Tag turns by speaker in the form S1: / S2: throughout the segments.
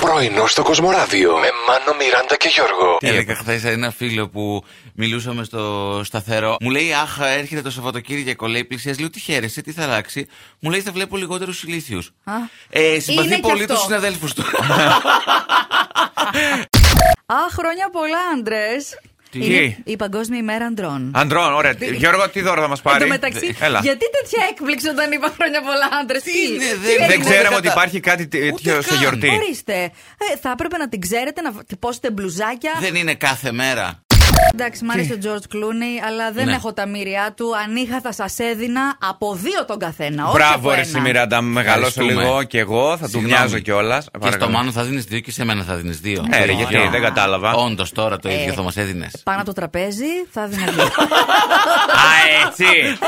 S1: Πρωινό στο Κοσμοράδιο με Μάνο, Μιράντα και Γιώργο.
S2: Έλεγα χθες σε ένα φίλο που μιλούσαμε στο σταθερό. Μου λέει Αχ, έρχεται το Σαββατοκύριακο, λέει πλησιάζει. Λέω τι χαίρεσαι, τι θα αλλάξει. Μου λέει θα βλέπω λιγότερους ηλίθιους. Ε,
S3: Είναι
S2: συμπαθεί
S3: και
S2: πολύ
S3: αυτό.
S2: τους συναδέλφους του.
S3: Α, χρόνια πολλά, άντρες.
S2: Τι?
S3: Η Παγκόσμια ημέρα αντρών.
S4: Αντρών, ωραία. Γιώργο, τι δώρο θα μας
S3: Εν τω
S4: πάρει. Ε,
S3: μεταξύ,
S4: Έλα.
S3: γιατί τέτοια έκπληξη όταν είπα χρόνια πολλά, άντρες. Τι,
S2: είναι,
S3: τι
S2: δεν-
S3: έγινε,
S4: Δεν ξέραμε
S2: κατα-
S4: ότι υπάρχει κάτι τέτοιο
S2: καν.
S4: σε γιορτή.
S3: Ορίστε. Ε, θα έπρεπε να την ξέρετε, να τυπώσετε μπλουζάκια.
S2: Δεν είναι κάθε μέρα.
S3: Εντάξει, μ' άρεσε ο Τζορτ Κλούνι, αλλά δεν
S2: Ναι.
S3: έχω τα μύρια του. Αν είχα, θα σας έδινα από δύο τον καθένα. όχι από
S4: Μπράβο, ρε
S3: ένα.
S4: η Μιράντα. Μεγαλώσω
S2: Ευχαριστούμε.
S4: λίγο και εγώ, θα του
S2: Συγγνώμη.
S4: μοιάζω κιόλας.
S2: Και στο Μάνο θα δίνεις δύο και σε μένα θα δίνεις δύο.
S4: Ναι, ρε, γιατί, δεν κατάλαβα.
S2: Όντως τώρα το ίδιο
S3: Ε.
S2: θα μας έδινες.
S3: Πάνω από το τραπέζι θα δίνω δύο.
S4: Α, έτσι.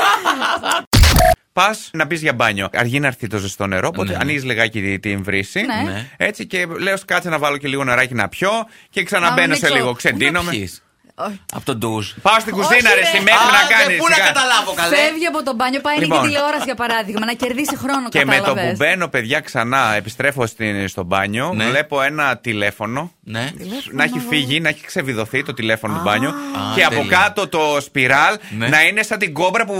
S4: Πας να πεις για μπάνιο. Αργεί να έρθει το ζεστό νερό, οπότε
S2: Ναι.
S4: ανοίγεις λιγάκι την βρύση.
S3: Ναι.
S2: Ναι.
S4: Έτσι και λέω κάτσε να βάλω και λίγο νεράκι να πιω και ξαναμπαίνω
S3: ανοίξω.
S4: σε λίγο.
S2: Πού να
S4: Ξεντίνομαι.
S2: πιεις?
S3: Όχι.
S2: Από τον ντουζ.
S4: Πάω στην κουζίνα,
S3: Όχι,
S4: ρε,
S3: ρε.
S4: εσύ, μέχρι
S2: Α,
S4: να
S2: δε,
S4: κάνεις.
S2: Πού να καταλάβω, καλέ.
S3: Φεύγει από το μπάνιο, πάει
S4: Λοιπόν.
S3: είναι και τηλεόραση για παράδειγμα, να κερδίσει χρόνο.
S4: Και με το
S3: κατάλαβες.
S4: που μπαίνω, παιδιά, ξανά επιστρέφω στην, στο μπάνιο.
S2: Ναι.
S4: Βλέπω ένα τηλέφωνο.
S2: Ναι.
S4: Να έχει φύγει, να έχει ξεβιδωθεί το τηλέφωνο του μπάνιου. Και
S2: Α,
S4: από
S2: τέλεια.
S4: κάτω το σπιράλ
S2: Ναι.
S4: να είναι σαν την κόμπρα που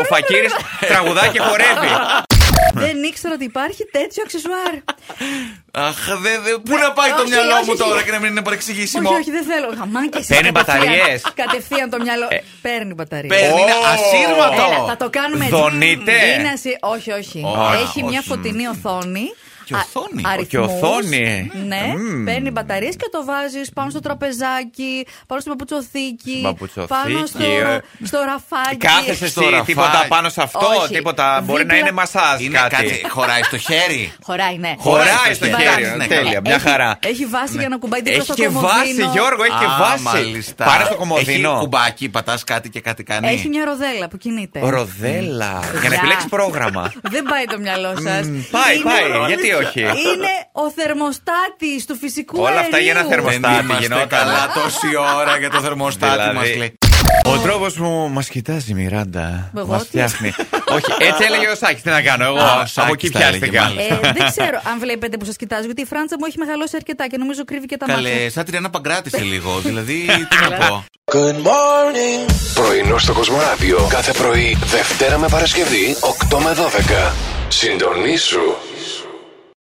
S4: ο Φακύρης τραγουδά και χορεύει.
S3: Δεν ήξερα ότι υπάρχει τέτοιο αξεσουάρ.
S2: Αχ, δε, δε, πού να πάει το
S3: Ναι, όχι,
S2: μυαλό
S3: όχι,
S2: μου
S3: όχι.
S2: τώρα και να μην είναι παρεξηγήσιμο.
S3: όχι, όχι, δεν θέλω. Γαμάκες.
S4: Παίρνει
S3: Κατευθείαν-
S4: μπαταρίες. Ε,
S3: Κατευθείαν το μυαλό. Παίρνει μπαταρίες.
S2: Παίρνει, είναι
S4: Ω.
S2: ασύρματο.
S3: Έλα, θα το κάνουμε έτσι.
S4: Δονείται.
S3: Είναι ασύ- Όχι, όχι.
S4: Ω,
S3: Έχει μια
S4: όχι.
S3: φωτεινή οθόνη.
S2: Και οθόνη.
S3: Α- αριθμούς.
S4: Και οθόνη.
S3: Ναι, παίρνει μπαταρίες και το βάζεις πάνω στο τραπεζάκι, πάνω στην παπουτσοθήκη.
S4: Στην παπουτσοθήκη,
S3: Πάνω στο,
S4: ε.
S3: στο ραφάκι.
S4: Κάθεσαι εσύ,
S2: ραφάκι.
S4: τίποτα πάνω σε αυτό,
S3: Όχι.
S4: τίποτα. Μπορεί να
S3: Δίπλα-
S4: είναι μασάζ
S2: Είναι
S4: κάτι.
S2: κάτι, χωράει στο χέρι.
S3: Χωράει, ναι.
S4: Χωράει στο
S2: Χωράει
S4: χέρι.
S2: στο
S4: ναι,
S2: χέρι.
S4: Τέλεια, μια
S3: Έχει-
S4: χαρά. Ναι.
S3: Έχει βάση για να κουμπάει δίπλα
S4: Έχει
S3: στο
S4: και βάση,
S3: κομμωδίνο.
S4: Γιώργο, έχει και
S2: Α,
S4: βάση.
S2: μάλιστα.
S4: Πάρε στο
S2: Έχει
S4: κομμωδίνο.
S2: κουμπάκι, πατάς κάτι και κάτι κάνει. Ε.
S3: Έχει μια ροδέλα που κινείται.
S4: Ροδέλα. Για να
S3: Γεια.
S4: επιλέξεις πρόγραμμα.
S3: Δεν πάει το μυαλό σας.
S4: πάει, πάει. Γιατί όχι?
S3: Είναι ο θερμοστάτης του φυσικού
S4: Όλα αυτά για ένα
S3: αερίου.
S4: θερμοστάτη.
S2: Δεν
S4: Στάτη,
S2: είμαστε
S4: γινόταν.
S2: καλά τόση ώρα για το θερμοστάτη
S4: Δηλαδή.
S2: μας λέει.
S4: Ο τρόπος που μας κοιτάζει η Μιράντα.
S3: Εγώ
S4: Μα
S3: τι?
S4: φτιάχνει. Όχι, έτσι έλεγε ο Σάκης. Τι να κάνω, εγώ.
S2: Α, ο Σάκης
S4: Από εκεί
S2: τα έλεγε,
S4: πιάστηκα.
S2: μάλιστα.
S3: Ε, δεν ξέρω αν βλέπετε που σας κοιτάζει, γιατί η Φράντσα μου έχει μεγαλώσει αρκετά και νομίζω κρύβει και τα μάτια.
S2: Καλέ, σαν την ένα παγκράτησε λίγο. Δηλαδή, τι να πω.
S1: Πρωινό στο Κοσμοράδιο κάθε πρωί, Δευτέρα με Παρασκευή, 8 με 12. Συντονίσου